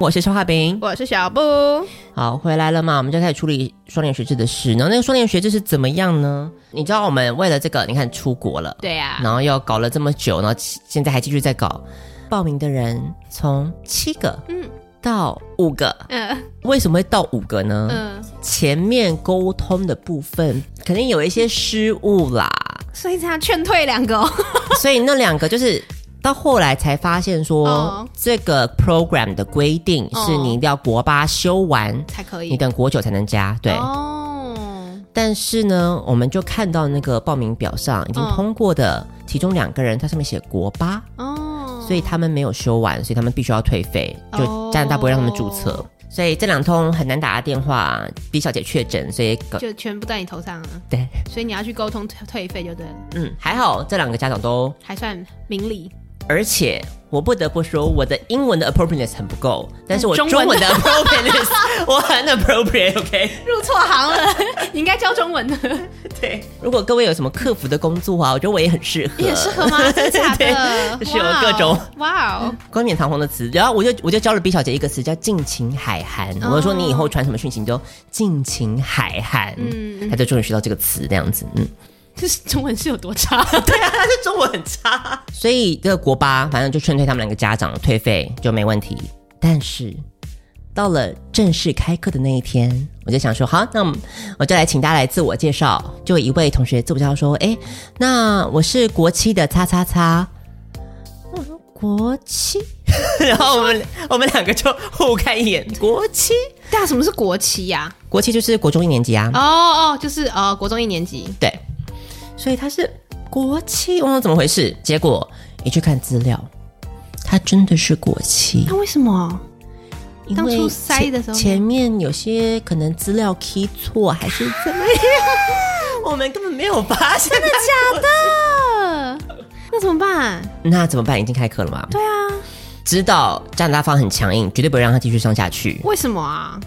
我是肖化饼。我是小布。好，回来了嘛，我们就开始处理双联学制的事。然后那个双联学制是怎么样呢？你知道我们为了这个，你看出国了，对啊呀、然后又搞了这么久，然后现在还继续在搞。报名的人从七个，嗯嗯，到五个。嗯为什么会到五个呢？嗯，前面沟通的部分肯定有一些失误 啦，所以他劝退两个、哦。 所以那两个就是到后来才发现说，哦这个 program 的规定是哦你一定要国八修完，才可以。你等国九才能加，对。哦，但是呢，我们就看到那个报名表上已经嗯通过的，其中两个人他上面写国八，哦，所以他们没有修完，所以他们必须要退费，就哦加拿大不会让他们注册。所以这两通很难打的电话，B 小姐确诊，所以搞就全部在你头上了。对，所以你要去沟通退退费就对了，嗯，还好这两个家长都，还算明理。而且我不得不说，我的英文的 appropriateness 很不够，但是我中中文文的 appropriateness 我很 appropriate，OK、入错行 了，你应该教中文的，对，如果各位有什么客服的工作啊，我觉得我也很适合，也适合 吗？真假的？对是有哇哦各种哇哦，冠冕堂皇的词，然后我就我就教了 B 小姐一个词叫“尽情海涵”，我就说你以后传什么讯息你就“尽情海涵”，嗯，她就终于学到这个词这样子，嗯，这是中文是有多差？ 对啊，她这中文很差，所以这个国八反正就劝退他们两个家长退费就没问题，但是到了正式开课的那一天，我就想说，好，那我们我就来请大家来自我介绍，就有一位同学自我介绍说，哎，那我是国七的叉叉叉，我说国 七。然后我们我们两个就互看一眼，国七， 对啊，什么是国旗呀、国七就是国中一年级啊，哦哦，就是呃，国中一年级，对，所以他是国七，忘了怎么回事。结果一去看资料，他真的是国七那、，为什么？因当初为塞前的时候前面有些可能资料 key 错还是怎么样， 我们根本没有发现。真的假的？呃，那怎么办？ 那怎么办？已经开课了嘛？对啊，知道加拿大方很强硬，绝对不会让他继续上下去。为什么啊？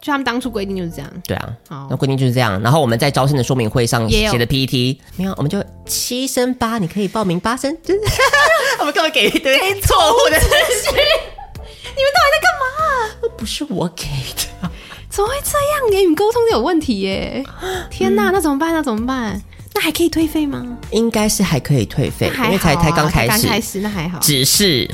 就他们当初规定就是这样。对啊好，那规定就是这样。然后我们在招生的说明会上哦也有写的 PPT，没有，我们就七升八，你可以报名八升， 就是我们根本给一堆错误的资 讯。你们到底在干嘛、不是我给的，怎么会这样？言语沟通都有问题耶！ 天嗯哪，那怎么办？那怎么办？那还可以退费吗？应该是还可以退费，那还好啊、因为才才刚开才始。刚开始那还好。只是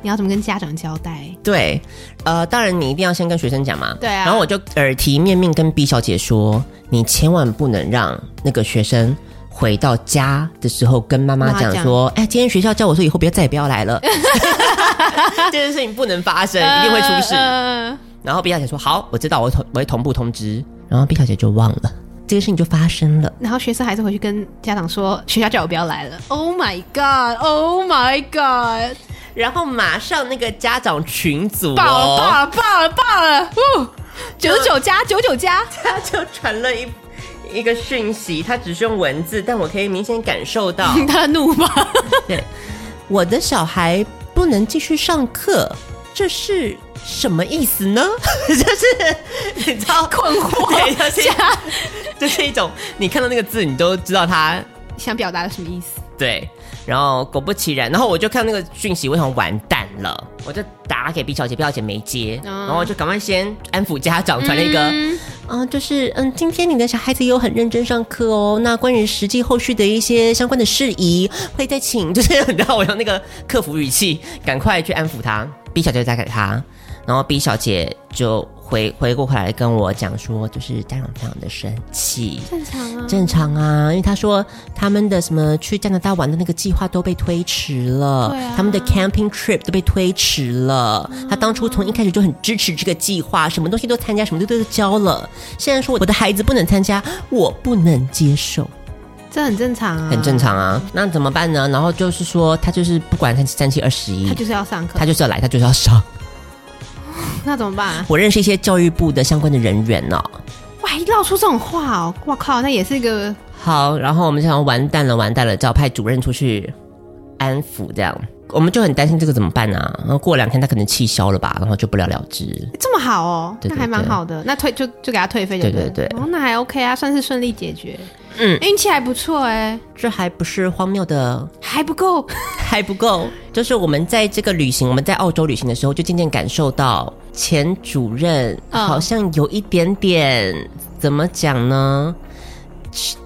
你要怎么跟家长交代？对，呃，当然你一定要先跟学生讲嘛。对啊然后我就耳提面命跟 B 小姐说，你千万不能让那个学生。回到家的时候，跟妈妈讲说：“哎、今天学校叫我说以后别再也不要来了，这件事情不能发生，一定会出事。呃呃然后 B 小姐说：“好，我知道，我同我会同步通知。”然后 B 小姐就忘了这个事情就发生了。然后学生还是回去跟家长说，学校叫我不要来了。Oh my god! Oh my god! 然后马上那个家长群组、爆了哦，爆了爆了爆了！呜，九十九加九九加， 他就传了一一个讯息，他只是用文字，但我可以明显感受到， 他的怒吧？对，我的小孩不能继续上课，这是什么意思呢？ 就是你知道 困 惑，对，就是就是一种你看到那个字，你都知道他想表达的什么意思？对，然后果不其然，然后我就看那个讯息，我想完蛋了，我就打给毕小姐，毕小姐没接，然后我就赶快先安抚家长，传了一个，嗯、就是嗯，今天你的小孩子有很认真上课哦，那关于实际后续的一些相关的事宜，会再请，就是 你知道我用那个客服语气，赶快去安抚他。B 小姐就打给他，然后 B 小姐就回回过头来跟我讲说，就是家长非常的生气，正常啊。正常啊，因为他说他们的什么去加拿大玩的那个计划都被推迟了，对啊他们的 camping trip 都被推迟了。他当初从一开始就很支持这个计划，什么东西都参加，什么都都交了。现在说我的孩子不能参加，我不能接受，这很正常啊，很正。常啊。那怎么办呢？然后就是说他就是不管三七三七二十一他，就是要上课他，就是要来，他就是要上。那怎么办、啊？我认识一些教育部的相关的人员哦。哇，还唠出这种话哦！哇靠，那也是一个好，然后我们就想完蛋了，完蛋了，就要派主任出去安抚这样。我们就很担心这个怎么办啊？然后过两天他可能气消了吧，然后就不了了之。这么好哦，对对那还蛮对好的。那退就就给他退费就对了对对哦，那还 OK 啊，算是顺利解决。嗯，运气还不错哎、这还不是荒谬的，还不够。 还不够。就是我们在这个旅行，我们在澳洲旅行的时候，就渐渐感受到前主任嗯好像有一点点、怎么讲呢？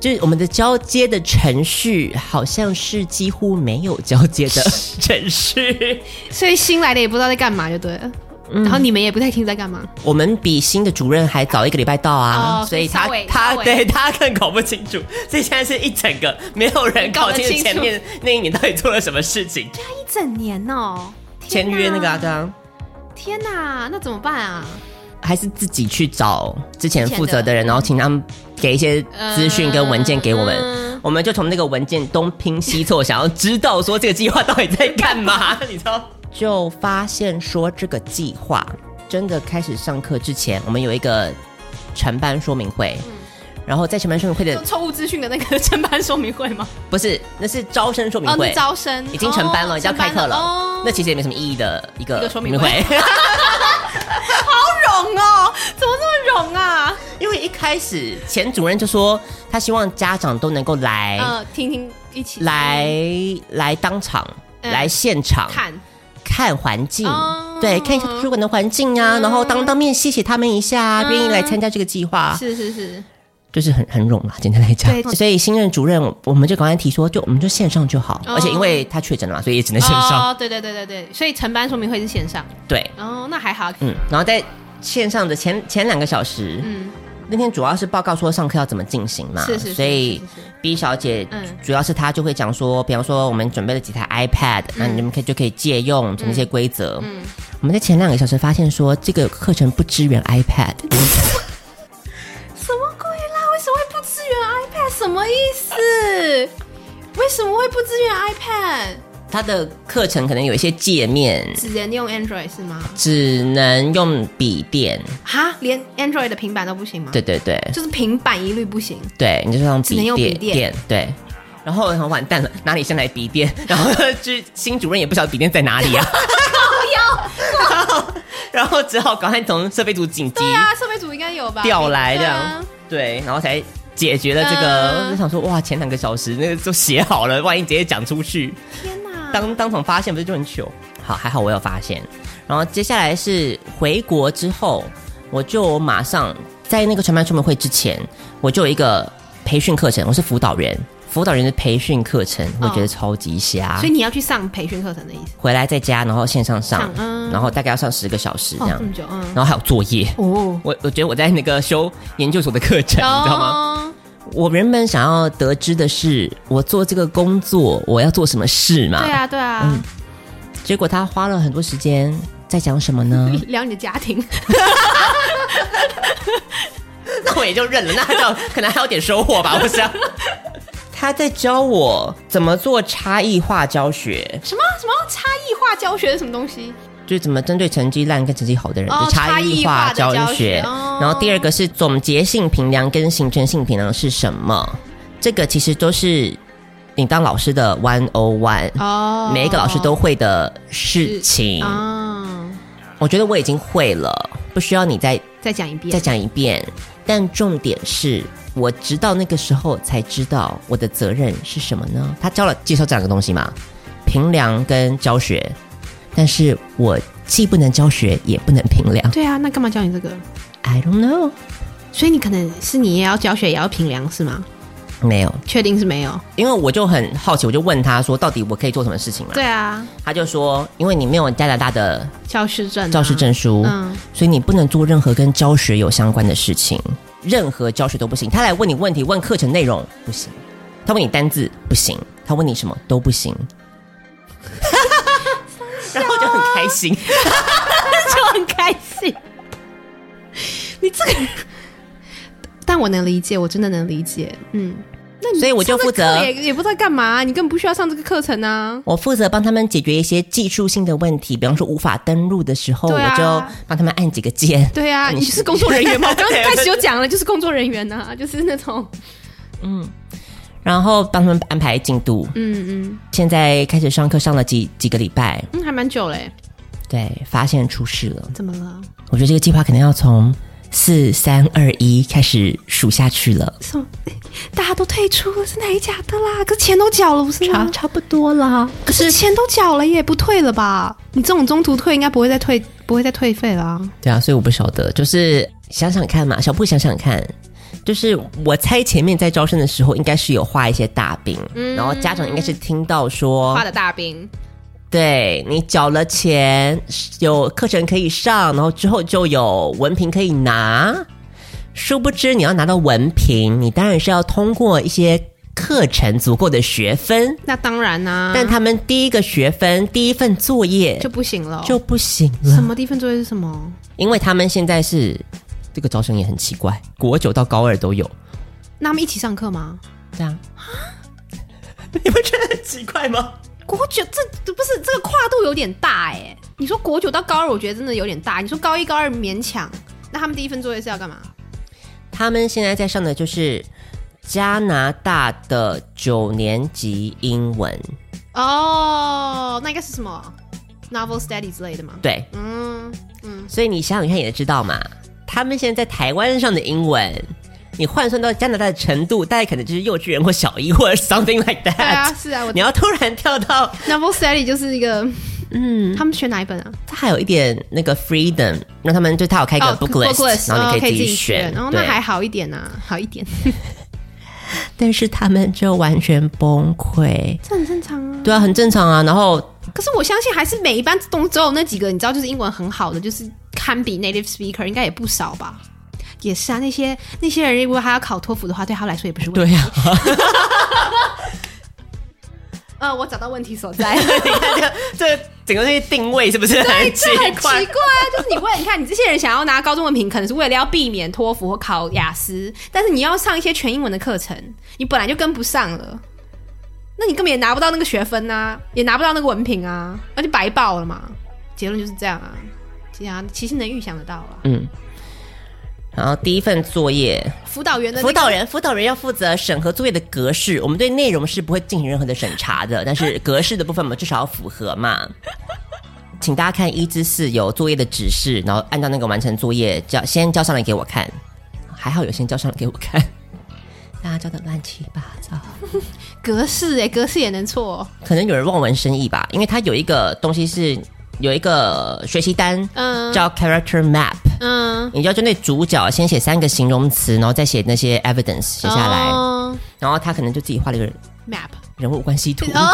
就是我们的交接的程序，好像是几乎没有交接的 程序。所以新来的也不知道在干嘛，就对了。嗯然后你们也不太清楚在干嘛，我们比新的主任还早一个礼拜到啊，哦所以稍他微他稍微对他更搞不清楚，所以现在是一整个没有人搞搞得清楚清前楚啊面那一年到底做了什么事情。一整年哦、天签哪约那个啊，对啊，天哪、那怎么办啊？还是自己去找之前负责的人，然后请他们给一些资讯跟文件给我们，呃呃嗯我们就从那个文件东拼西凑，想要知道说这个计划到底在干 嘛，你知道？就发现说这个计划真的开始上课之前，我们有一个承办说明会。然后在承办说明会的就错误资讯的那个 承办说明会吗？不是，那是招生说明哦，会，那招生已经成班了，哦已经要开课了，哦那其实也没什么意义的一一个个说明会 融哦、怎么这么融啊？因为一开始前主任就说他希望家长都能够来、呃，听听一起哎来来当场。嗯来现场看，看环境，哦对，看一下图书馆的环境啊，嗯然后当当面谢谢他们一下啊，嗯愿意来参加这个计划，啊是是是，就是很很冗啦，简单来讲对。所以新任主任，我们就赶快提说，就我们就线上就好，哦而且因为他确诊了嘛，所以也只能线上。哦，对对对对对，所以承办说明会是线上，对，哦，那还好，嗯，然后在线上的前前两个小时，嗯，那天主要是报告说上课要怎么进行嘛，是是是所以是是是 B 小姐嗯主要是她就会讲说，比方说我们准备了几台 iPad，那、嗯你们可以就可以借用那些规则。嗯，我们在前两个小时发现说这个课程不支援 iPad，什么鬼啦？为什么会不支援 iPad？什么意思？为什么会不支援 iPad？它的课程可能有一些界面只能用 Android 是吗？只能用笔电，哈，连 Android 的平板都不行吗？对，对对就是平板一律不行。对，你就是用只能笔用电笔电对。然后很完蛋了，哪里先来笔电？ 然后就新主任也不晓得笔电在哪里啊， 然后然后只好赶快从设备组紧急对啊，设备组应该有吧？调来这对样，啊对，然后才解决了这个。嗯我就想说，哇，前两个小时那个都写好了，万一直接讲出去，天哪！当当场发现不是就很糗？好，还好我有发现。然后接下来是回国之后，我就马上在那个全班说明会之前，我就有一个培训课程，我是辅导员，辅导员的培训课程，我觉得超级瞎。哦所以你要去上培训课程的意思？回来在家，然后线上上上，嗯然后大概要上十个小时这哦，样，这么久，嗯，然后还有作业。哦，我我觉得我在那个修研究所的课程，你知道吗？吗？我原本想要得知的是，我做这个工作我要做什么事嘛？对啊，对嗯啊，结果他花了很多时间在讲什么呢？聊你的家庭， 那我也就认了，那就 可能还有点收获吧，我想。 他在教我怎么做差异化教学，什么什么差异化教学是什么东西？就怎么针对成绩烂跟成绩好的人，哦就异化差异化的教学学。哦然后第二个是总结性评量跟形成性评量是什么？这个其实都是你当老师的 one o one，哦每一个老师都会的事情。啊，我觉得我已经会了，不需要你再再讲一遍，再讲一遍。但重点是，我直到那个时候才知道我的责任是什么呢？他教了介绍这两个东西嘛，评量跟教学。但是我既不能教学，也不能评量。对啊，那干嘛教你这个？ I don't know，所以你可能是你也要教学，也要评量是吗？没有，确定是没有？因为我就很好奇，我就问他说，到底我可以做什么事情嘛？对啊，他就说，因为你没有加拿大的教师证、啊教师，证书，嗯，所以你不能做任何跟教学有相关的事情，任何教学都不行。他来问你问题，问课程内容不行，他问你单字不行，他问你什么都不行。 然后就很开心， 就很开心。你这个人，但我能理解，我真的能理解，嗯。那 你所以我就负责上这课也也不知道干嘛、你根本不需要上这个课程啊。我负责帮他们解决一些技术性的问题，比方说无法登录的时候，对啊我就帮他们按几个键。对啊，你你 是工作人员吗？我刚啊对刚开始就讲了，就是工作人员呐、就是那种然后帮他们安排进度。嗯嗯现在开始上课，上了几几个礼拜，嗯，还蛮久嘞，对，发现出事了。怎么了？我觉得这个计划可能要从四三二一开始数下去了。什么？大家都退出了，真的还假的啦？可是钱都缴了，不是差吗？差不多啦。可是钱都缴了耶，不退了吧？你这种中途退，应该不会再退，不会再退费啦、对啊，所以我不晓得，就是想想看嘛，小布想想看，就是我猜前面在招生的时候，应该是有画一些大饼，然后家长应该是听到说，的大兵，对你缴了钱，有课程可以上，然后之后就有文凭可以拿。殊不知，你要拿到文凭，你当然是要通过一些课程足够的学分，那当然啦、但他们第一个学分、第一份作业就不行了。就不行什了，么地方作业是什么？哦因为他们现在是这个招生也很奇怪，国九到高二都有，那他们一起上课吗？这样， 你不觉得很奇怪吗？国九这这不是这个跨度有点大哎、你说国九到高二，我觉得真的有点大。你说高一高二勉强，那他们第一份作业是要干嘛？他们现在在上的就是加拿大的九年级英文，哦，那应该是什么 novel study 之类的吗？对，嗯，所以你想想看也知道嘛，他们现在在台湾上的英文，你换算到加拿大的程度，大概可能就是幼稚园或小一或者 something like 对啊， that。是啊，我你要突然跳到， novel study 就是一个，嗯，他们选哪一本啊？他还有一点那个 freedom，那他们就他有开一个哦 booklet，、 booklist，然后你哦可以以自己己选。哦，对那还好一点呐，好一点，但是他们就完全崩溃，这很正常啊。对啊，很正常啊。然后可是我相信还是每一班东只有那几个，你知道，就是英文很好的，就是堪比 native speaker，应该也不少吧。也是啊，那些那些人如果还要考托福的话，对他来说也不是问题。对啊， 呃，我找到问题所 在，你看这个这个整个那个定位是不是很奇这很奇怪怪？啊！就是你为你看，你这些人想要拿高中文凭，可能是为了要避免托福或考雅思，但是你要上一些全英文的课程，你本来就跟不上了，那你根本也拿不到那个学分呐、也拿不到那个文凭啊，那就白报了嘛。结论就是这样啊，其实啊，其实能预想得到啊啦。嗯。然后第一份作业，辅导员的那辅个导人辅导人要负责审核作业的格式，我们对内容是不会进行任何的审查的，但 是格式的部分我们至少要符合嘛。请大家看一至四有作业的指示，然后按照那个完成作业交先交上来给我看，还好有先交上来给我看，大家交的乱七八糟。格式哎、格式也能错哦、可能有人望文生义吧，因为它有一个东西是有一个学习单，嗯叫 character map，嗯，你就要针对主角先写三个形容词，然后再写那些 evidence 写下来，哦然后他可能就自己画了一个 map 人物关系图，哦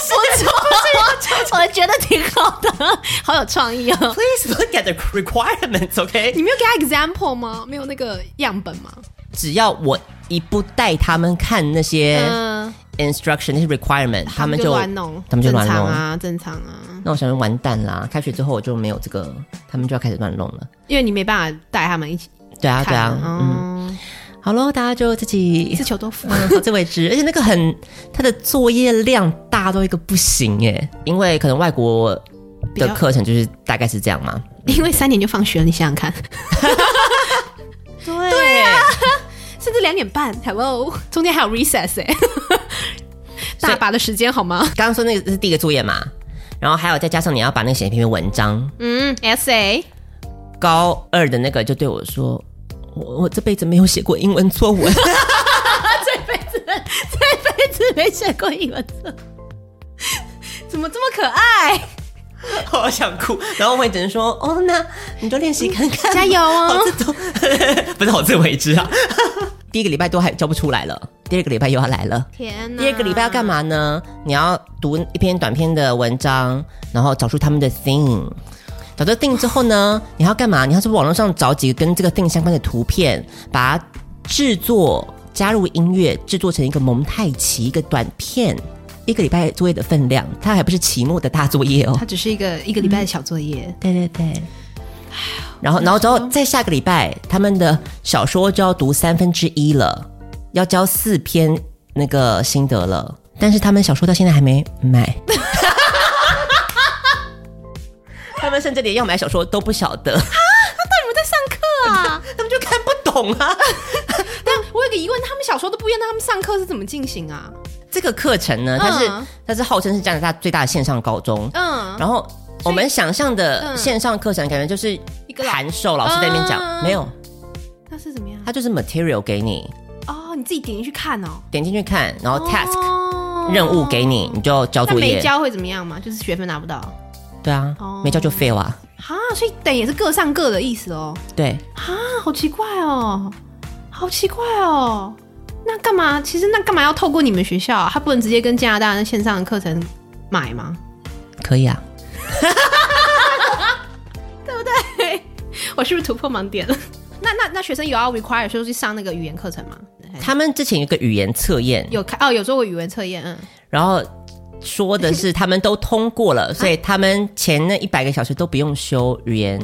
不错，我觉得挺好的，好有创意哦。 Please look at the requirements, OK？你没有给他 example 吗？没有那个样本吗？只要我一不带他们看那些嗯， instruction、那些 requirement，他们就乱弄，他们就乱正常弄。啊，正常啊，那我想说完蛋啦！开学之后我就没有这个，他们就要开始乱弄了。因为你没办法带他们一起对啊，看。对啊，嗯，嗯，好咯，大家就自己是求多福。嗯好自为之。而且那个很，他的作业量大到一个不行耶，因为可能外国比的较课程就是大概是这样嘛。因为三点就放学了，你想想 看，对对啊，甚至两点半，Hello，中间还有 recess 哎、大把的时间好吗？刚刚说那个是第一个作业嘛，然后还有再加上你要把那个写一篇文章，嗯，essay，高二的那个就对我说：“我我这辈子没有写过英文作文。这辈子没写过英文字。怎么这么可爱？” 我想哭，然后我也只能说：“哦，那你就练习看看，加油哦好自动， 不是好自为之啊。 第一个礼拜都还教不出来了，第二个礼拜又要来了。天哪！第二个礼拜要干？嘛呢？你要读一篇短篇的文章，然后找出他们的 thing。找到 thing 之后 呢，你要干嘛？你要去网络上找几个跟这个 thing 相关的图片，把它制作，加入音乐，制作成一个蒙太奇一个短片。一个礼拜作业的分量，它还不是期末的大作业哦它。只是一个一个礼拜的小作业，对对对。然后，然后之后再下个礼拜，他们的小说就要读三分之一了，要交四篇那个心得了。但是他们小说到现在还没 买，他们甚至连要买小说都不晓得， 那你们在上课啊？他们就看不懂啊。我有个疑问，他们小时候都不一样，那他们上课是怎么进行啊？这个课程呢，它是、嗯它是号称是加拿大最大的线上高中，嗯，然后我们想象的嗯线上课程，感觉就是一个老函授老师在那边讲，嗯没有，那是怎么样？它就是 material 给你哦，你自己点进去看哦。点进去看，然后 task、哦任务给你，你就交那作没业。交会怎么样嘛？就是学分拿不到对啊，哦没交就 fail 啊。哈，所以等于也是各上各的意思哦。对，啊，好奇怪哦，好奇怪哦。那干嘛？其实那干嘛要透过你们学校、啊？他不能直接跟加拿大那线上的课程买吗？可以啊。 我是不是突破盲点了？那那那学生有要 require 说去上那个语言课程吗？他们之前有一个语言测验，有开哦，有做过语文测验，嗯，然后说的 是他们都通过了，所以啊他们前那一百个小时都不用修语言。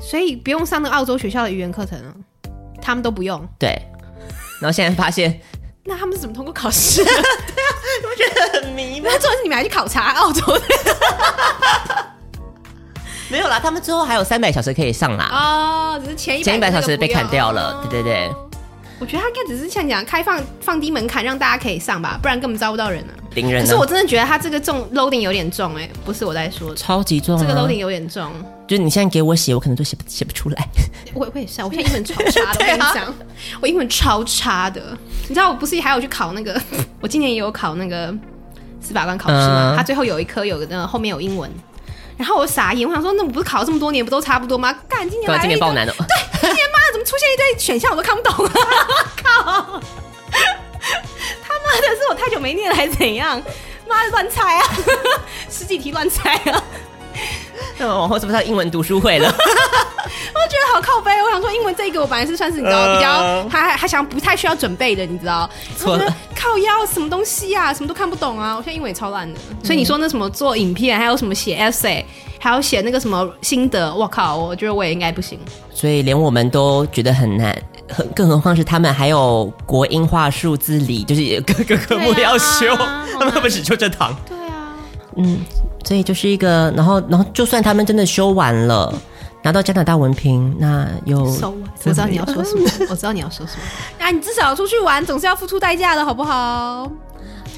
所以不用上那个澳洲学校的语言课程啊，他们都不用。对，然后现在发现，那他们是怎么通过考试？我觉得很迷 那重点是你们还去考察澳洲的没有啦，他们之后还有三百小时可以上啦。哦，只是前一前一百小时被砍掉了，哦对对对。我觉得他应该只是像讲开放放低门槛，让大家可以上吧，不然根本招不到人啊。零人可呢是我真的觉得他这个重 loading 有点重哎、不是我在说，超级重、啊，这个 loading 有点重。就是你现在给我写，我可能都写不写不出 来。我我也是啊，我现在英文超 差的，我跟你啊讲，我英文超差的。你知道我不是还有去考那个， 我今年也有考那个司法官考试嘛，嗯他最后有一科有个那个后面有英文，然后我傻眼，我想说那我不是考了这么多年不都差不多吗？干今年对啊，来今了年一堆爆难了。今天妈的怎么出现一堆选项我都看不懂啊！ 靠！他妈的是我太久没念了还是怎样？妈的乱猜啊， 十几题乱猜啊！ 那往后是不是要英文读书会了？我觉得好靠背，我想说英文这一个我本来是算是你知道比较嗯还还还想不太需要准备的，你知道？错了然后我觉得靠腰什么东西啊，什么都看不懂啊！我现在英文也超烂的，所以你说那什么做影片，还有什么写 essay，还有写那个什么心得，我靠，我觉得我也应该不行。所以连我们都觉得很难，很更何况是他们还有国英化数字理，就是各个科目要修，对啊 好他难们不只修这堂。对啊，所以就是一个，然后然后就算他们真的修完了，拿到加拿大文凭，那又收尾。 我知道你要说什么，我知道你要说什么。那、你至少出去玩总是要付出代价的，好不好？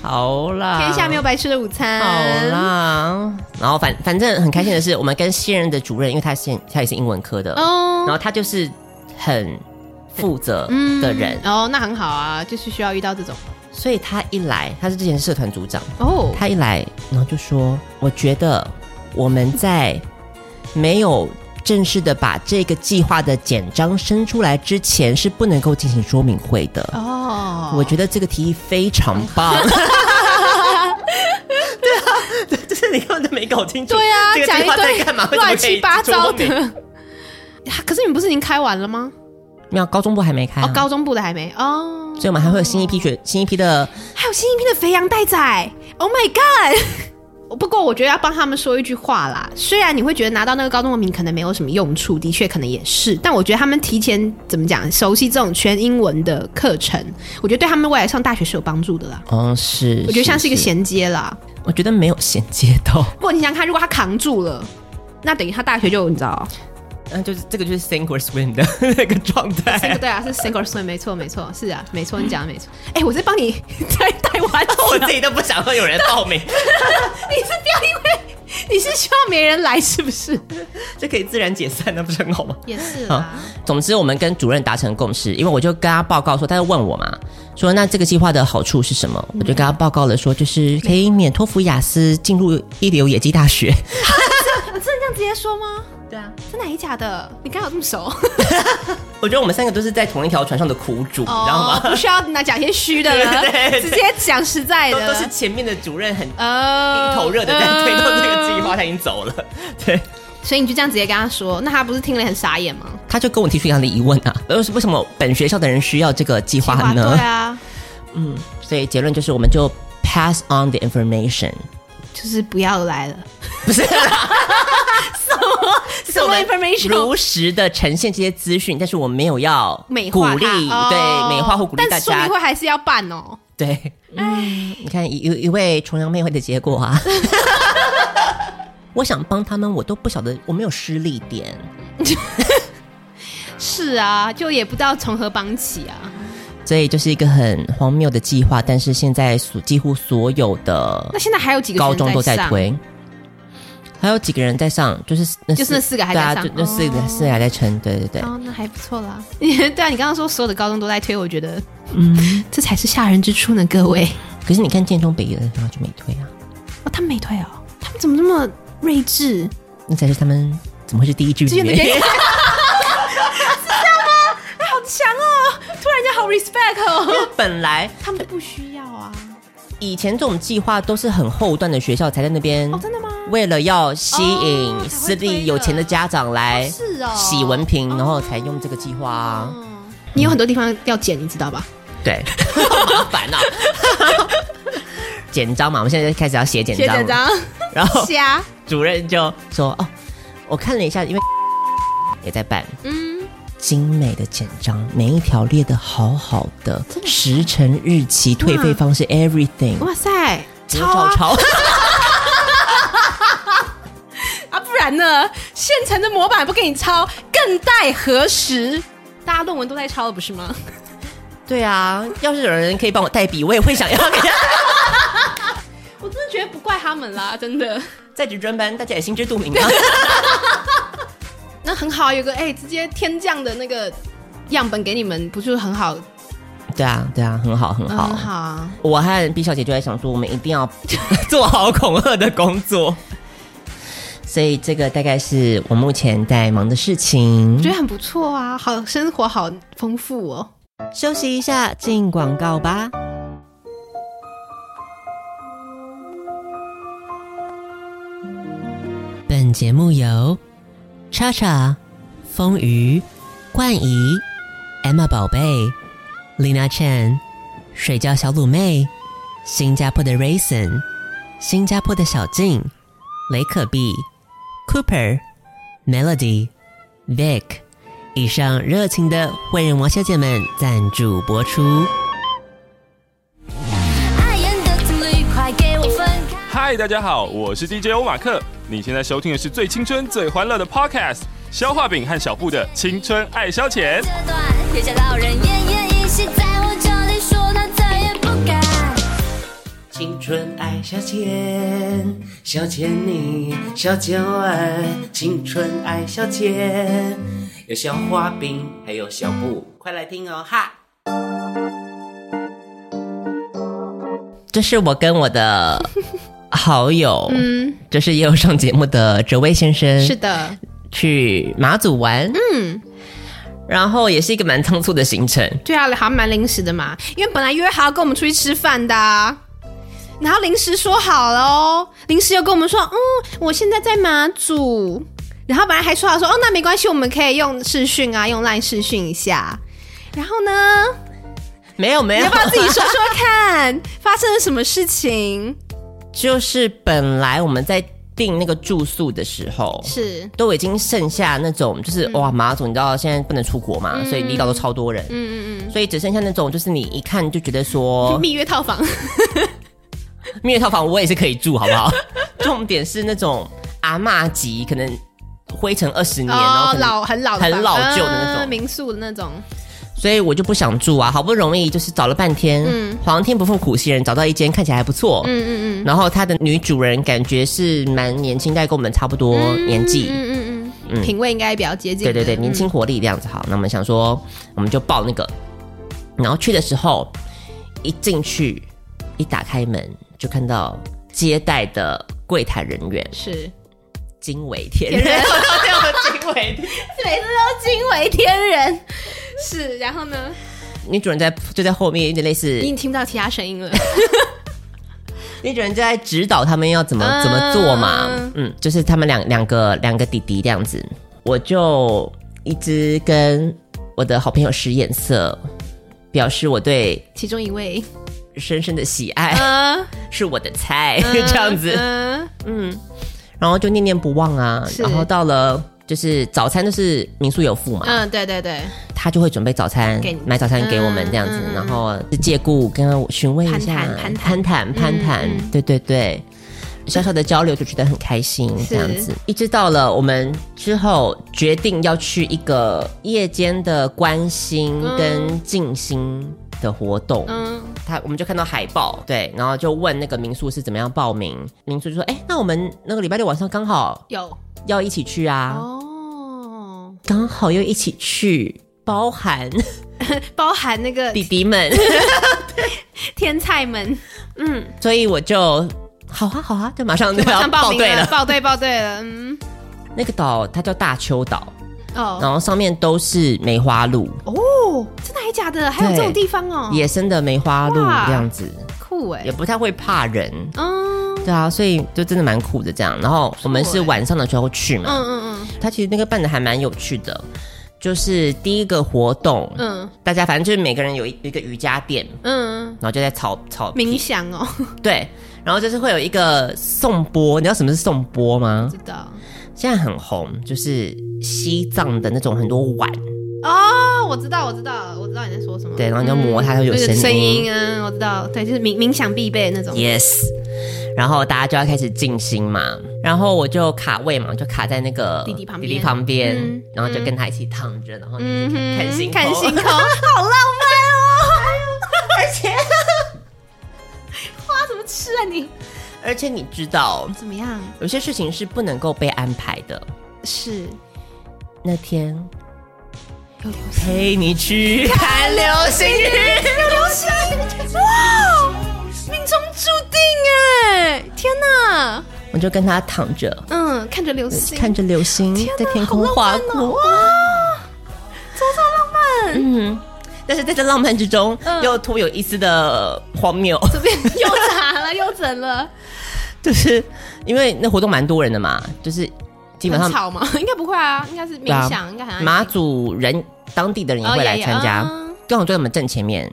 好啦，天下没有白吃的午餐。好啦，然后反反正很开心的是，我们跟现任的主任，因为他现他也是英文科的，然哦后他就是很负责的人，哦，那很好啊，就是需要遇到这种所以他一来，他是之前社团组长，哦。他一来，然后就说，我觉得我们在没有正式的把这个计划的简章生出来之前，是不能够进行说明会的。哦，哎我觉得这个提议非常棒。 对啊，对，就是你根本就没搞清楚。对啊这，个讲计一划在堆干嘛？为什么可乱以七八糟的捉摸你。啊 可是你们不是已经开完了吗？没有，高中部还没开、啊哦，高中部的还没哦，所以我们还会有新一批学新一批的。还有新一批的肥羊待宰，Oh my god！不 过我觉得要帮他们说一句话啦，虽然你会觉得拿到那个高中文凭可能没有什么用处，的确可能也是，但我觉得他们提前怎么讲，熟悉这种全英文的课程，我觉得对他们未来上大学是有帮助的啦。嗯，是。我觉得像是一个衔，衔接啦。我觉得没有衔接到。不过你想想看，如果他扛住了，那等于他大学就你知道，嗯，就是这个就是 sink or swim 的那个状这个态。对啊，是 single swim，没错没错，是啊，没错，你讲的没错。 哎、我在帮你在带完了， 我自己都不想说有人报名， 你是不要因为你是希望没人来是不是？这可以自然解散，那不是很好吗？也是好，总之我们跟主任达成共识，因为我就跟他报告说，他就问我嘛，说那这个计划的好处是什么？我就跟他报告了说，就是可以免托福、雅思进入一流野鸡大 学。你真的这样直接说吗？对啊，真的还假的？哦你刚好这么熟，我觉得我们三个都是在同一条船上的苦哦主，你知道吗？不需要拿讲些虚的了， 对对对直接讲实在都的，都是前面的主任很呃一头热的在推动这个计划，他已经走了。对，呃所以你就这样直接跟他说，那他不是听了很傻眼吗？他就跟我提出一样的疑问啊，为什为什么本学校的人需要这个计划对呢？啊，所以结论就是，我们就 pass on the information，就是不要来了，不 是啦，什么 information？哦如实的呈现这些资讯，但是我没有要美鼓化励，他哦对美化或鼓励大但是说家明会，还是要办哦。对，嗯，你看一一一位崇洋媚外的结果 啊。 我想帮他们，我都不晓得，我没有失力点。是啊，就也不知道从何帮起啊。所以就是一个很荒谬的计划。但是现在所几乎所有的那现在还有几个高中都在学生上，推，还有几个人在上，就是那就是那四个还对啊，在就上，那四个、四个还在撑，对对对，哦，那还不错啦。 对啊，你刚刚说所有的高中都在推，我觉得，嗯，这才是吓人之处呢，各位。可是你看建中北一的，然后就没推啊，哦，他们没推哦，他们怎么这么睿智？那才是他们怎么会是第一志这愿的？ 原因。是这样吗？哎好强哦！突然间好 respect 因哦，为 本来他们不需要啊。以前这种计划都是很后段的学校才在那边，哦，真的吗？为了要吸哦才引会私推立的有钱的家长来 是哦嗯洗文凭，然后才用这个计划啊。你有很多地方要剪，你知道吧？对， 好麻烦哦。 简章嘛，我们现在就开始要写简写章了。整张然 后虾，主任就说：“哦，我看了一下，因为 也在办嗯，精美的简章，每一条列的好好的，时辰、日期、退费方式，everything。哇塞，我嗯超啊照抄，啊！不然呢？现成的模板不给你抄，更待何时？大家论文都在抄了，不是吗？对啊，要是有人可以帮我代笔，我也会想要给他。 我真的觉得不怪他们啦，真的。在职专班，大家也心知肚明啊。那很好，有个哎、直接天降的那个样本给你们，不就很好？ 对啊，对啊，很好，很好。很好啊。我和毕小姐就在想说，我们一定要做好恐吓的工作。所以这个大概是我目前在忙的事情我觉。得很不错啊，好生活好丰富哦。休息一下，进广告吧。本节目由叉叉、风鱼、冠仪、Emma 宝贝、Lina Chen、水饺小卤妹、新加坡的 Raisin、新加坡的小静、雷可碧、Cooper、Melody、Vic。以上热情的会人王小姐们赞助播出。爱人的情侣，快给我分开。嗨，大家好，我是 DJ 欧马克。你现在收听的是最青春、最欢乐的 Podcast，消化饼和小布的青春爱消遣这。段有些老人奄奄一息，在我这里说他再也不敢。青春爱消遣，消遣你，消遣我，青春爱消遣，有小花饼，还有小布，快来听哦哈！这是我跟我的好友， 嗯，就是也有上节目的哲威先生，是的，去马祖玩，嗯，然后也是一个蛮仓促的行程，对啊，好像蛮临时的嘛，因为本来约好要跟我们出去吃饭的、啊，然后临时说好了哦，临时又跟我们说，嗯，我现在在马祖，然后本来还说好说，哦，那没关系，我们可以用视讯啊，用 LINE 视讯一下。然后呢， 没有没你有要不，要自己说说看，发生了什么事情？就是本来我们在订那个住宿的时候。是，都已经剩下那种，就是、哇，马祖，你知道现在不能出国嘛，所以离岛都超多人，嗯嗯所以只剩下那种，就是你一看就觉得说 嗯，蜜月套房，蜜月套房我也是可以住，好不好？ 重点是那种阿嬷级，可能灰尘二十年，然后哦可，能老很老的很房老旧的那嗯种民宿的那种，所以我就不想住啊。好不容易就是找了半天，嗯，皇天不负苦心人，找到一间看起来还不错，嗯嗯嗯，然后它的女主人感觉是蛮年轻，大概跟我们差不多年纪，嗯嗯嗯，品味应该比较接近对的。对对，嗯年轻活力这样子好。那我们想说，我们就报那个，然后去的时候一进去，一打开门就看到接待的柜台人员是惊为天天人人。惊为天人每次都惊为天人。是，然后呢？女主人在就在后面，有点类似 你已经听不到其他声音了。女主人就在指导他们要怎么、嗯怎么做嘛。嗯，就是他们两两个两个弟弟这样子，我就一直跟我的好朋友使眼色，表示我对 其中一位，深深的喜爱，嗯，是我的菜、 呃这样子，嗯，然后就念念不忘啊。是然后到了。就是早餐都是民宿有付嘛，嗯，对对对，他就会准备早餐给你，买早餐给我们这样子，嗯嗯嗯然后借故跟他询问一下，攀攀谈谈，攀谈嗯嗯对对对，小小的交流就觉得很开心，是这样子，一直到了我们之后决定要去一个夜间的关心嗯跟静心的活动，嗯，他我们就看到海报，对，然后就问那个民宿是怎么样报名，民宿就说，哎、那我们那个礼拜六晚上刚好有要一起去啊，哦，刚、好又一起去，包 含包含那个弟弟们，天菜们，嗯，所以我就好啊好啊，就马上就马要上报名对了。报对报对了， 嗯，那个岛它叫大丘岛，哦然后上面都是梅花鹿，哦，真的还假的？还有这种地方哦，野生的梅花鹿哇这样子，酷哎也，不太会怕人。嗯对啊，所以就真的蛮酷的这样。然后我们是晚上的时候去嗯嘛，嗯它其实那个办的还蛮有趣的，就是第一个活动，嗯嗯大家反正就是每个人有一一个瑜伽垫，嗯，然后就在草草冥坪想哦，对，然后就是会有一个颂钵，你知道什么是颂钵吗 知？道现在很红，就是西藏的那种很多碗，哦，我知道我知道我知道你在说什么，对，然后你就磨它，它会有那声个音。嗯声音嗯，我知道，对，就是冥冥想必备那种， Yes，然后大家就要开始静心嘛，然后我就卡位嘛，就卡在那个弟弟旁边弟弟旁边，嗯然后就跟他一起躺着，然后就是嗯看,、哼，看星看空星空，好浪漫哦！ 而且花怎么吃啊你？ 而且你知道，怎么样？有些事情是不能够被安排的。是那天有流星，陪你去看流星雨，有流星！哇，命中注定哎！天哪，我就跟他躺着，嗯，看着流星，看着流星在天空划哦过，哇，多么浪漫！嗯，但是在这浪漫之中，嗯又突有一丝的荒谬。这边 又咋了？又怎了？ 就是因为那活动蛮多人的嘛，就是基本很上吵吗？应该不会啊，应该是对啊冥想，应该很安静马祖人当地的人也会来参加哦也有啊。刚好就在我们正前面，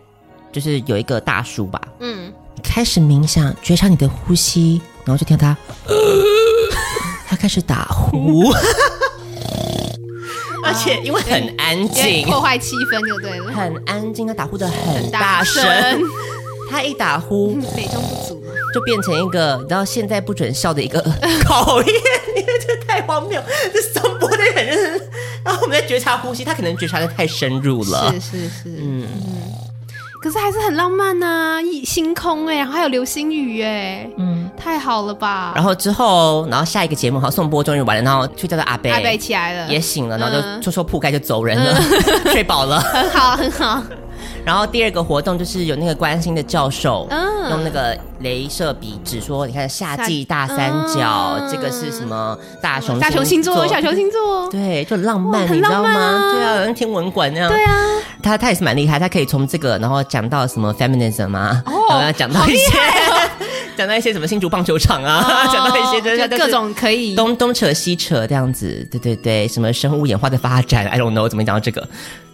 就是有一个大叔吧，嗯，开始冥想，觉察你的呼吸，然后就听到他， 他开始打呼， 而且因为很安有点静，破坏气氛就对了，很安静，他打呼的很大声，他一打呼 美中不足嘛。啊 就变成一个，你知道现在不准笑的一个 考验，因为这太荒谬。这松波的很认真，然后我们在觉察呼吸，他可能觉察的太深入了是。是是，嗯可是还是很浪漫呐、一星空哎、然后还有流星雨哎、嗯，太好了吧？然后后之后，然后下一个节目，好，宋波终于完了，然后去叫的阿贝，阿贝起来了，也醒了，然后就嗯搓搓铺盖就走人了， 睡饱 了。很 好很好，然后第二个活动就是有那个关心的教授，嗯用那个镭射笔指说，你看夏季大三角，嗯这个是什么大熊大熊星座，小熊星 座，对， 就很浪漫，哇你很知道浪漫吗？啊对啊，好像天文馆那样。对啊，他他也是蛮厉害，他可以从这个，然后讲到什么 feminism 啊，哦然后讲到一些， 讲到一些什么新竹棒球场啊，讲到一些就是哦就各种可以东东扯西扯这样子，对对对，什么生物演化的发展，I don't know 怎么讲到这个。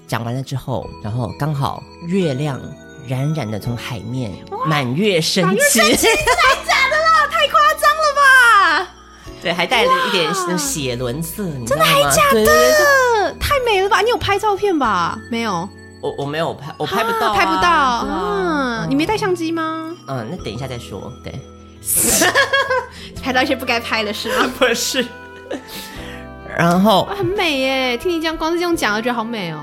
讲完了之后，然后刚好月亮冉冉的从海面满月升起，太夸张了吧？ 对，还带了一点血轮色，你知道吗？对对对 这太美了吧？你有拍照片吧？没有，我我没有拍，我拍不到啊、啊拍不到对啊嗯，你没带相机吗？嗯，那等一下再说。对，拍到一些不该拍的事吗？不是。 然后哇，很美耶！听你这样，光是这样讲，我觉得好美哦。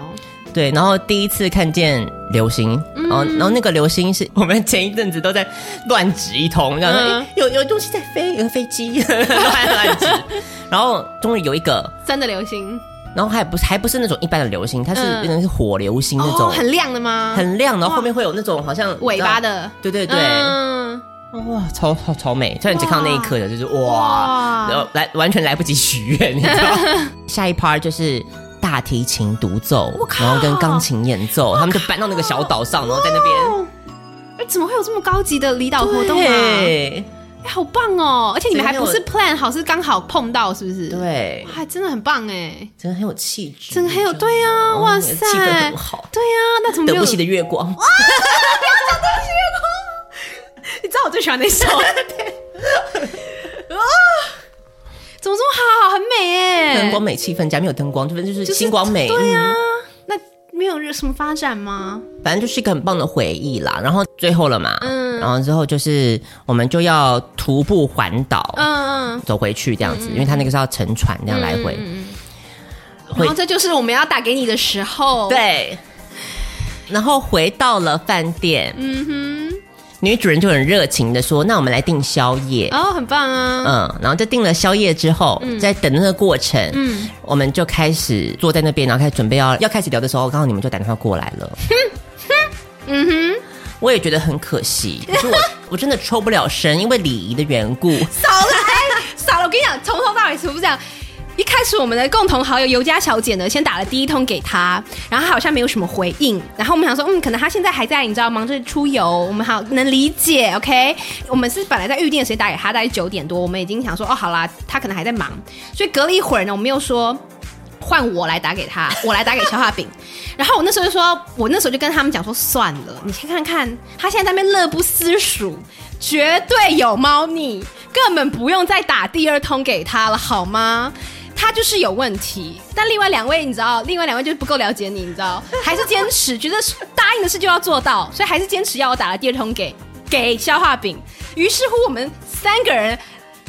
对，然后第一次看见流星，嗯然后然后那个流星是我们前一阵子都在乱指一通，然后说、嗯诶有有东西在飞，有飞机 乱乱指，然后终于有一个，真的流星，然后还不是还不是那种一般的流星，它是嗯那种是火流星那种，哦、很亮的吗？很亮，然后后面会有那种好像尾巴，的，你知道对对对，嗯哇，啊超超超美！虽然你只看到那一刻的，就是哇，哇然后来完全来不及许愿，你知道？ 下一 part 就是大提琴独奏，然后跟钢琴演奏，他们就搬到那个小岛上，然后在那边。哦，哎怎么会有这么高级的离岛活动啊？哎，对好棒哦！而且你们还不是真 plan 好，是刚好碰到，是不是？，对，哇，真的很棒哎，真的很有气质，真的很有对啊哦哇塞气氛很好。对呀、那怎么没德有？布西的你月光，知道我最喜欢那首，对， 啊，怎么这么好？很美哎，灯光美气氛，家没有灯光，这边就是就是星光美，对嗯啊，那没有什么发展吗？反正就是一个很棒的回忆啦。然后最后了嘛，嗯然后之后就是我们就要徒步环岛，嗯嗯，走回去这样子，因为他那个是要乘船这样来回，嗯嗯嗯会然后这就是我们要打给你的时候，。对，然后回到了饭店，嗯女主人就很热情的说：“那我们来订宵夜。哼，哦，很棒啊，嗯，然后在订了宵夜之后，嗯在等那个过程，嗯，我们就开始坐在那边，然后开始准备要要开始聊的时候，刚好你们就打电话过来了。嗯嗯哼，我也觉得很可惜，可 是我我真的抽不了身，因为礼仪的缘故。少来少哎了，我跟你讲，从头到尾全部这样。一开始我们的共同好友尤佳小姐呢，先打了第一通给她，然后她好像没有什么回应，然后我们想说，嗯，可能她现在还在，你知道，忙着出游，我们好能理解，OK？我们是本来在预定的时间打给她，大概九点多，我们已经想说，哦，好啦，她可能还在忙，所以隔了一会儿呢，我们又说，换我来打给他， 我来打给消化饼。然后我那时候就说，我那时候就跟他们讲说，算了，你先看看，他现在在那边乐不思蜀，绝对有猫腻，根本不用再打第二通给他了，好吗？他就是有问题，但另外两位你知道，另外两位就是不够了解你，你知道，还是坚持觉得是答应的事就要做到，所以还是坚持要我打了第二通给给消化饼。于是乎，我们三个人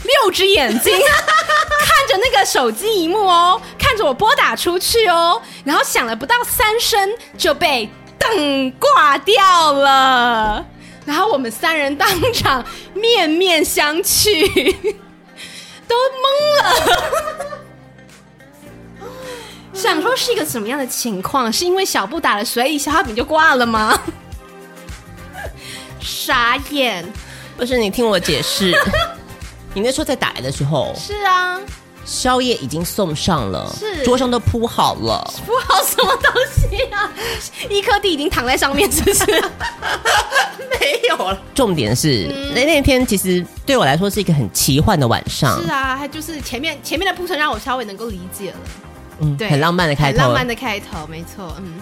六只眼睛 看着那个手机荧幕哦，看着我拨打出去哦，然后响了不到三声就被噔挂掉了。然后我们三人当场面面相觑， 都懵了， 想说是一个什么样的情况？是因为小布打了水以小花饼就挂了吗？ 傻眼，不是你听我解释， 你那时候在打来的时候，是啊，宵夜已经送上了，是桌上都铺好了， 不好什么东西啊？一颗地已经躺在上面，是不是？没有了。重点是嗯那、那天其实对我来说是一个很奇幻的晚上，是啊，它就是前面前面的铺陈让我稍微能够理解了，嗯，对，很浪漫的开头，很浪漫的开头，没错，嗯，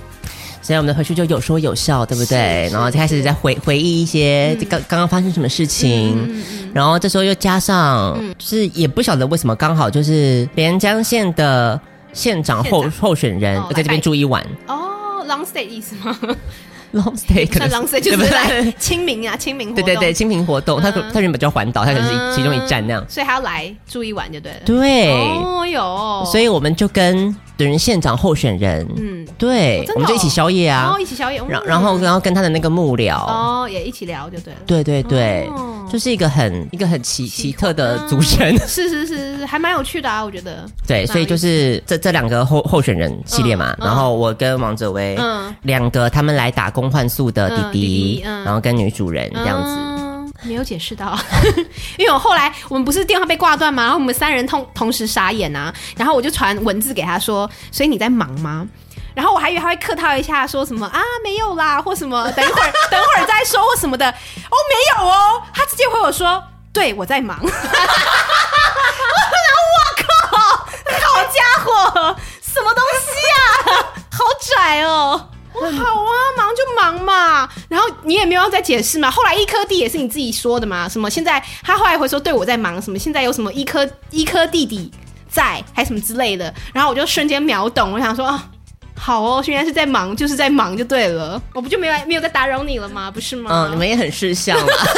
所以我们的回去就有说有笑，对不对是？嗯是然后就开始在回回忆一些就刚刚刚发生什么事情，嗯然后这时候又加上，就是也不晓得为什么刚好就是连江县的县长候县长候选人哦在这边住一晚哦，long stay 意思吗？ ，long stay 可算能 long stay 就对不是对来清明啊，清明活对动，对对，清明活动，他可嗯他原本叫环岛，他可能嗯是其中一站那样，所以还要来住一晚就对了。对，哦哟，所以我们就跟等于县长候选人，嗯，对真的，我们就一起哦宵夜然啊后，一起宵夜，嗯然然后然后跟他的那个幕僚。哦也一起聊就对了。对对对哦，就是一个很一个很奇奇特的啊组成，是是是是，还蛮有趣的啊，我觉得。对， 所以就是这这两个候候选人系列嘛，嗯然后我跟王者威，嗯两个他们来打工换宿的弟嗯弟弟嗯然后跟女主人这样子，嗯没有解释到， 因为我后来我们不是电话被挂断吗？然后我们三人同同时傻眼啊，然后我就传文字给他说，所以你在忙吗？然后我还以为他会客套一下，说什么啊没有啦，或什么等一会儿 等会儿再说或什么的。哦没有哦，他直接回我说，对我在忙。我靠，好家伙，什么东西啊，好窄哦。我好啊，忙就忙嘛，然后你也没有要再解释嘛。后来一颗地也是你自己说的嘛，什么现在他后来会说对我在忙，什么现在有什么一颗一颗弟弟在，还什么之类的。然后我就瞬间秒懂，我想说啊，好哦，原来是在忙，就是在忙就对了，我不就没有没有再打扰你了吗？不是吗？嗯，你们也很识相啊啦，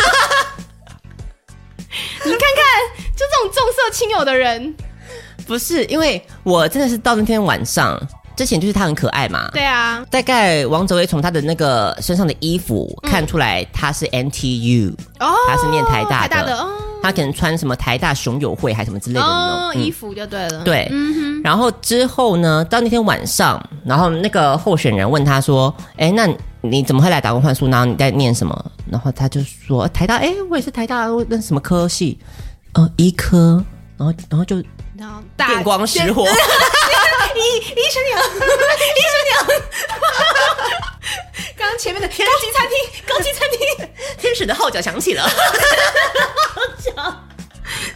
你看看，就这种重色轻友的人， 不是？因为我真的是到那天晚上之前，就是他很可爱嘛，对啊，大概王哲威从他的那个身上的衣服看出来他是 NTU，哦，他是念台大台的大的哦，他可能穿什么台大熊友会还什么之类的那哦，嗯种嗯衣服就对了，，对，然后之后呢，到那天晚上，然后那个候选人问他说：“哎，那你怎么会来打工换宿？然后你在念什么？”然后他就说：“呃台大，哎，我也是台大，我那什么科系，呃，医科。”然后，然后就然后大电光石火，医医生 娘，医生娘， 刚刚前面的高级餐厅，高级餐厅 天使的号角响起了。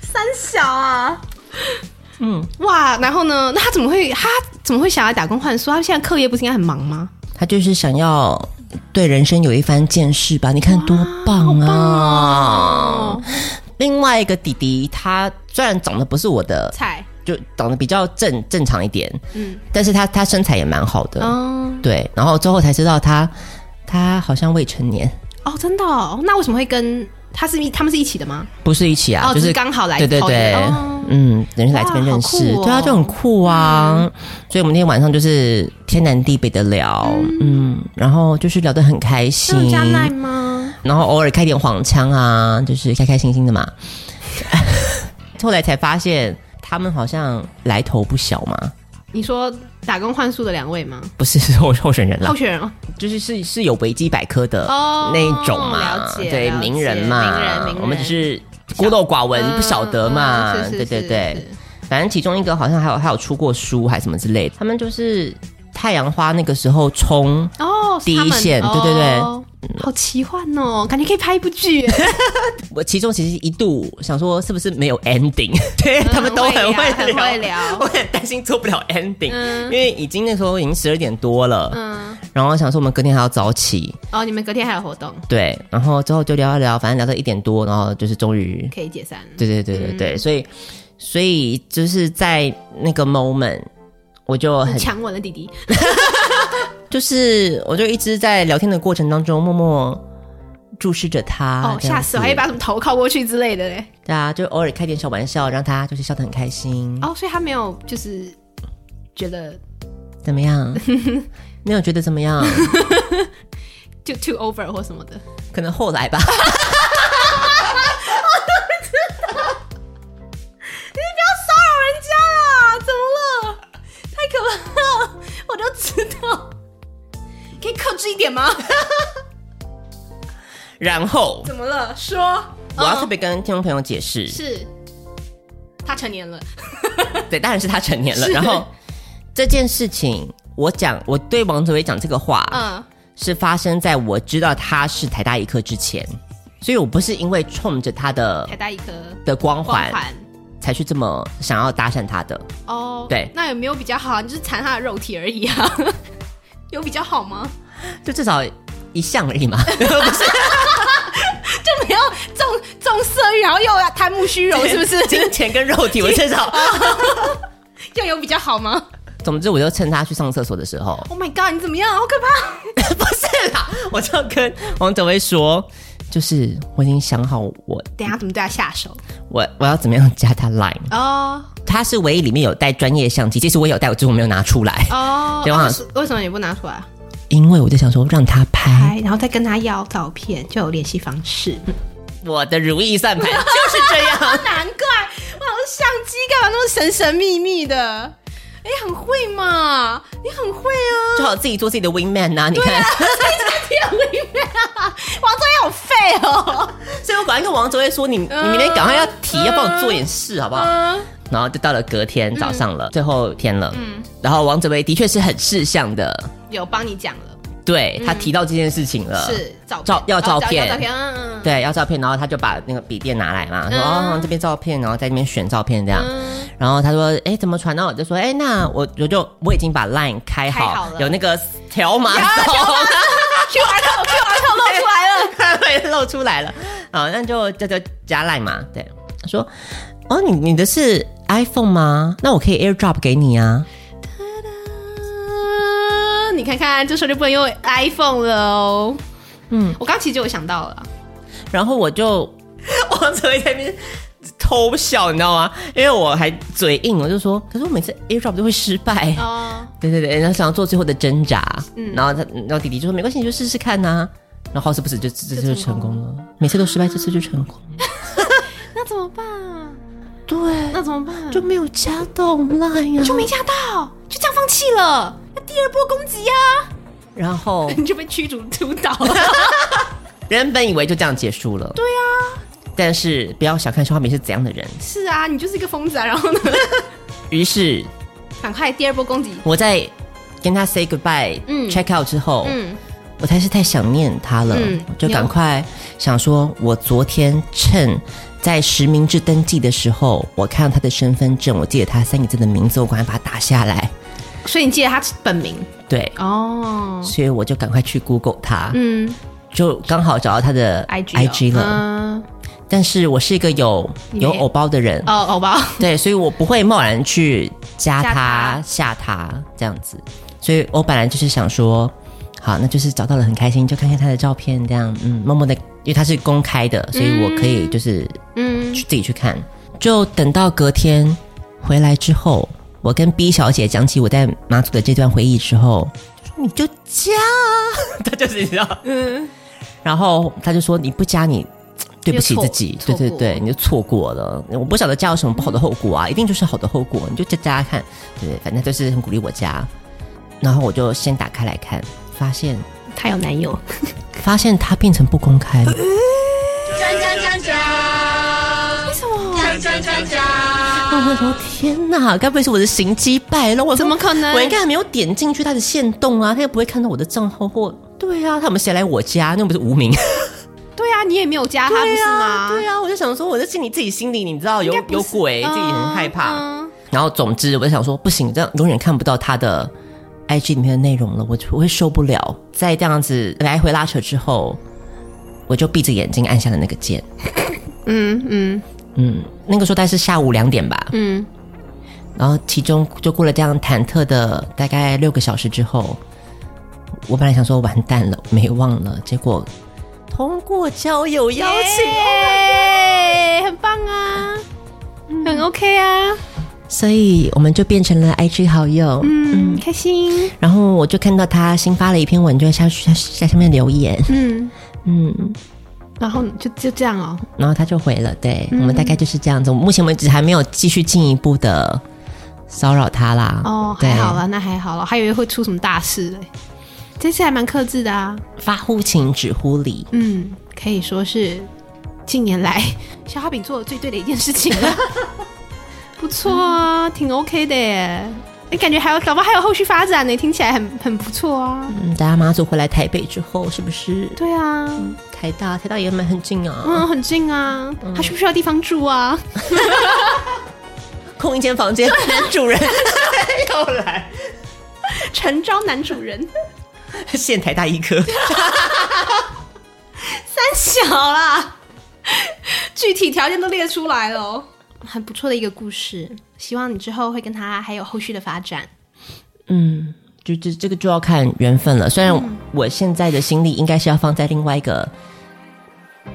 三小啊，嗯，哇，然后呢？那他怎么会他怎么会想来打工换宿？他现在课业不是应该很忙吗？他就是想要对人生有一番见识吧？你看多棒啊！哦另外一个弟弟，他虽然长得不是我的菜，就长得比较正正常一点，嗯嗯，但是他他身材也蛮好的，嗯，对，然后之后才知道他他好像未成年，哦，真的、哦？那为什么会跟他是一他们是一起的吗？不是一起啊，哦，就只是是刚好来对对桃对园，哦嗯，人是来这边认识，哇好酷哦嗯对啊，就很酷啊。所以我们那天晚上就是天南地北的聊，嗯然后就是聊得很开那有心，加赖吗？然后偶尔开点黄腔啊，就是开开心心的嘛。 后来才发现他们好像来头不小嘛，你说打工换宿的两位吗？不是是候候选人啦候，选人哦就是是是有维基百科的哦那一种嘛，了解对了解名人嘛，名人名人我们只是孤陋寡闻，嗯不晓得嘛，嗯是是对对是对。是反正其中一个好像还有还有出过书还什么之类的，他们就是太阳花那个时候冲，哦，是第一他们线对对对哦好奇幻哦，感觉可以拍一部 剧耶。我其中其实一度想说是不是没有 ending，对、 他们都很很嗯会会聊啊很会聊 我很担心做不了 ending，、嗯因为已经那时候已经十二点多了，嗯，然后想说我们隔天还要早起，哦，你们隔天还有活动，对，然后之后就聊一聊，反正聊到一点多，然后就是终于可以解散。对对对对嗯对，所以所以就是在那个 moment，我就很强吻了弟弟，就是我就一直在聊天的过程当中默默注视着他，哦，这样吓死我，子还以为把什么头靠过去之类的嘞。对啊，就偶尔开点小玩笑，让他就是笑得很开心，哦，所以他没有就是觉得怎么 样？没有觉得怎么样？就 too over 或什么的。可能后 来吧。啊，怎么了？太可怕了！我就知道，可以克制一点吗？然后 怎么了？说，我要特别跟听众朋友解释，是他成年了，对，当然是他成年了。然后这件事情，我讲我对王泽伟讲这个话，嗯，是发生在我知道他是台大一科之前，所以我不是因为冲着他的台大一颗的光光环环。才去这么想要搭讪他的。哦，对那有没有比较好啊？你就是缠他的肉体而已啊， 有比较好吗？ 就至少一项而已嘛，不是就没有重重色欲，然后又要贪慕虚荣，是不是？ 啊金钱跟肉体，我至少。这样有比较好吗总之，我就趁他去上厕所的时候， ？Oh my god！你怎么样？好可怕！ 不是啦，我就跟王哲威说，就是我已经想好我等一下怎么对他下手？我我要怎么样加他 Line。哦他是唯一里面有带专业相机，其实我有带，我只是我没有拿出来，哦，等一下哦是为什么你不拿出来？啊因为我就想说让他拍。拍，然后再跟他要照片，就有联系方式。 哎我的如意算盘就是这样。难怪，我想说相机干嘛那么神神秘秘的？哎、很会嘛，你很会啊！ 就好自己做自己的 win man 呐、你看，王作业好废哦。所以我赶快跟王哲威说，你你嗯明天赶快要提，要帮我做点事，好不好？然后就到了隔天早上嗯了，最后一天了，然后王哲威的确是很事项的，有帮你讲了，对、他提到这件事情了，嗯是呃照照要哦照片要照片，嗯嗯。对，要照片，然后他就把那个笔电拿来嘛，说、哦这边照片，然后在那边选照片这样。然后他说，哎，怎么传到？我就说，哎，那我我就我已经把 Line 开好，开好了有那个条码 手， Q R code Q R code 露出来了，它会露出来 了。好，那就这就加 Line 嘛。对，他说，哦，你你的是 iPhone 吗？那我可以 AirDrop 给你啊。嗯你看看，这时候就不能用 iPhone 了哦。嗯，我刚其实就有想到了，然后我 就王哲在那边偷笑，你知道吗？因为我还嘴硬，我就说，可是我每次 AirDrop 都会失败。哦，对对对，然后想要做最后的挣扎，然后他，然后弟弟就说没关系，你就试试看呐、啊然后好死不死就这这就成功了，每次都失败，这次就成功了，那怎么办啊？对，那怎么办？就没有加到 line 啊，就没加到，就这样放弃了。那第二波攻击呀、然后 你就被驱逐出 岛了。原本以为就这样结束了，对啊，但是不要小看肖化明是怎样的人，是啊，你就是一个疯子啊！然后呢， 于是赶快第二波攻击。我在跟他 say goodbye、嗯 check out 之后，嗯，我才是太想念他了，嗯我就赶快想说，我昨天趁在实名制登记的时候，我看到他的身份证，我记得他三个字的名字，我赶快把它打下来。所以你记得他本名对，哦。所以我就赶快去 Google 他，嗯就刚好找到他的，IG 哦 IG 了。嗯但是我是一个有没有偶包的人，哦，欧巴，对，所以我不会贸然去加他加他、下他这样子。所以我本来就是想说，好，那就是找到了很开心，就看看他的照片，这样，嗯，默默的，因为他是公开的，所以我可以就是嗯去自己去看。就等到隔天回来之后，我跟 B 小姐讲起我在马祖的这段回忆之后，就说你就加啊， 她就是你知道，嗯，然后她就说你不加你。对不起自己，对错对错过对，你就错过了。我不晓得加有什么不好的后果啊，一定就是好的后果，你就加加看，对，反正就是很鼓励我加。然后我就先打开来看，发现她有男友，发现它变成不公开了。哦，我说天哪，该不会是我的行迹败露？我说怎么可能我应该还没有点进去他的线动啊，他又不会看到我的账号或……对啊，他们谁来我家？那不是无名？对啊，你也没有加她，不是吗？对啊，我就想说，我在心里自己心里，你知道有不有是鬼，哎自己很嗯害怕。嗯然后总之，我就想说，不行，这样永远看不到他的 IG 里面的内容了，我我会受不了。在这样子来回拉扯之后，我就闭着眼睛按下了那个键。嗯嗯嗯，那个时候大概是下午两点吧。嗯，然后其中就过了这样忐忑的大概六个小时之后，我本来想说完蛋了，没忘了，结果通过交友邀请，嗯耶，很棒啊，很 OK 啊，所以我们就变成了 IG 好友。嗯，开心，然后我就看到他新发了一篇文，就在下下下下面留 言，嗯，嗯，然后就就这样哦，然后他就回了，对、嗯我们大概就是这样子。我目前为止还没有继续进一步的骚扰他啦。哦，对还好啦，那还好了，还以为会出什么大事嘞。这次还蛮克制的啊，发乎情，止乎礼。嗯，可以说是近年来小哈饼做的最对的一件事情 了，不错啊，挺 OK 的耶。你感觉还有，搞不好还有后续发展呢，听起来很很不错啊。嗯，大家妈祖回来台北之后，是不是对啊，台大？台大也蛮很近啊。嗯，很近啊，他需不需要地方住 啊？空一间房间，男主人又来， 诚招男主人，现台大医 科。三小啦， 具体条件都列出来了哦，很不错的一个故事，希望你之后会跟他还有后续的发展。嗯，就这这个就要看缘分了。虽然嗯我现在的心力应该是要放在另外一个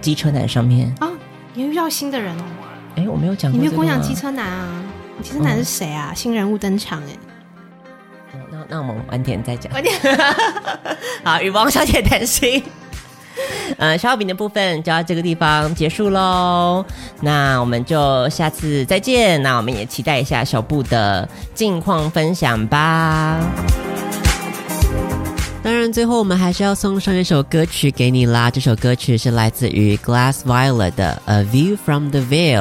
机车男上面。啊，你又遇到新的人哦，哎、我没有讲你过、没这有个跟我讲机吗车男啊？你机车男是谁啊？新人物登场哎，哦那那我们晚点再讲。晚点。好，与王小姐谈心。 呃，烧饼的部分就到这个地方结束喽。那我们就下次再见。那我们也期待一下小布的近况分享吧。当然，最后我们还是要送上一首歌曲给你啦。这首歌曲是来自于 Glass Violet 的《A View from the Veil》。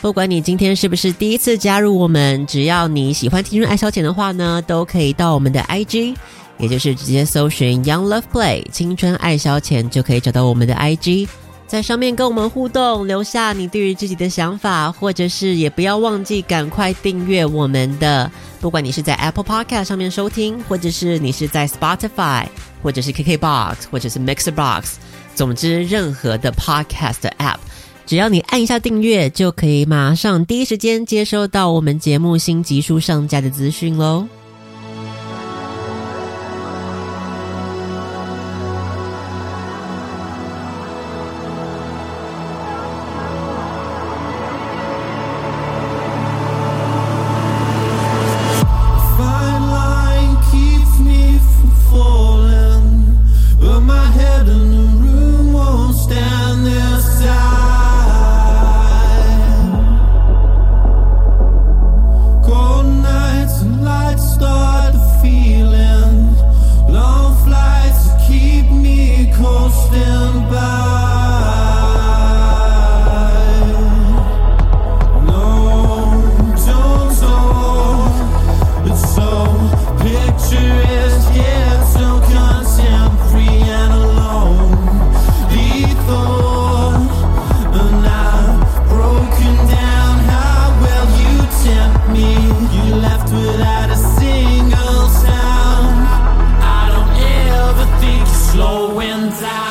不管你今天是不是第一次加入我们，只要你喜欢青春爱消遣的话呢，都可以到我们的 IG，也就是直接搜寻 Young Love Play 青春爱消遣，就可以找到我们的 IG，在上面跟我们互动，留下你对于自己的想法，或者是也不要忘记赶快订阅我们的。不管你是在 Apple Podcast 上面收听，或者是你是在 Spotify，或者是 KKBox，或者是 Mixer Box，总之任何的 Podcast 的 App。只要你按一下订阅，就可以马上第一时间接收到我们节目新集数上架的资讯喽。 Fine line keeps me from falling, but my head in the room won't stand this side. Cold nights and lights start the feeling. Long flights keep me coasting by. No, don't stop. It's so picturesque, yet so contemporary and alone. Lethal, and I've broken down. How well you tempt me. You left without a single sound. I don't ever think you're slowing down.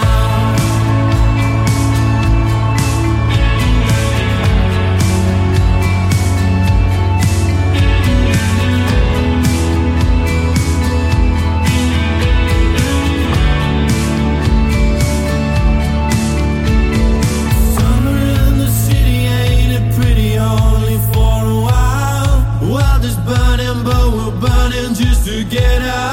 together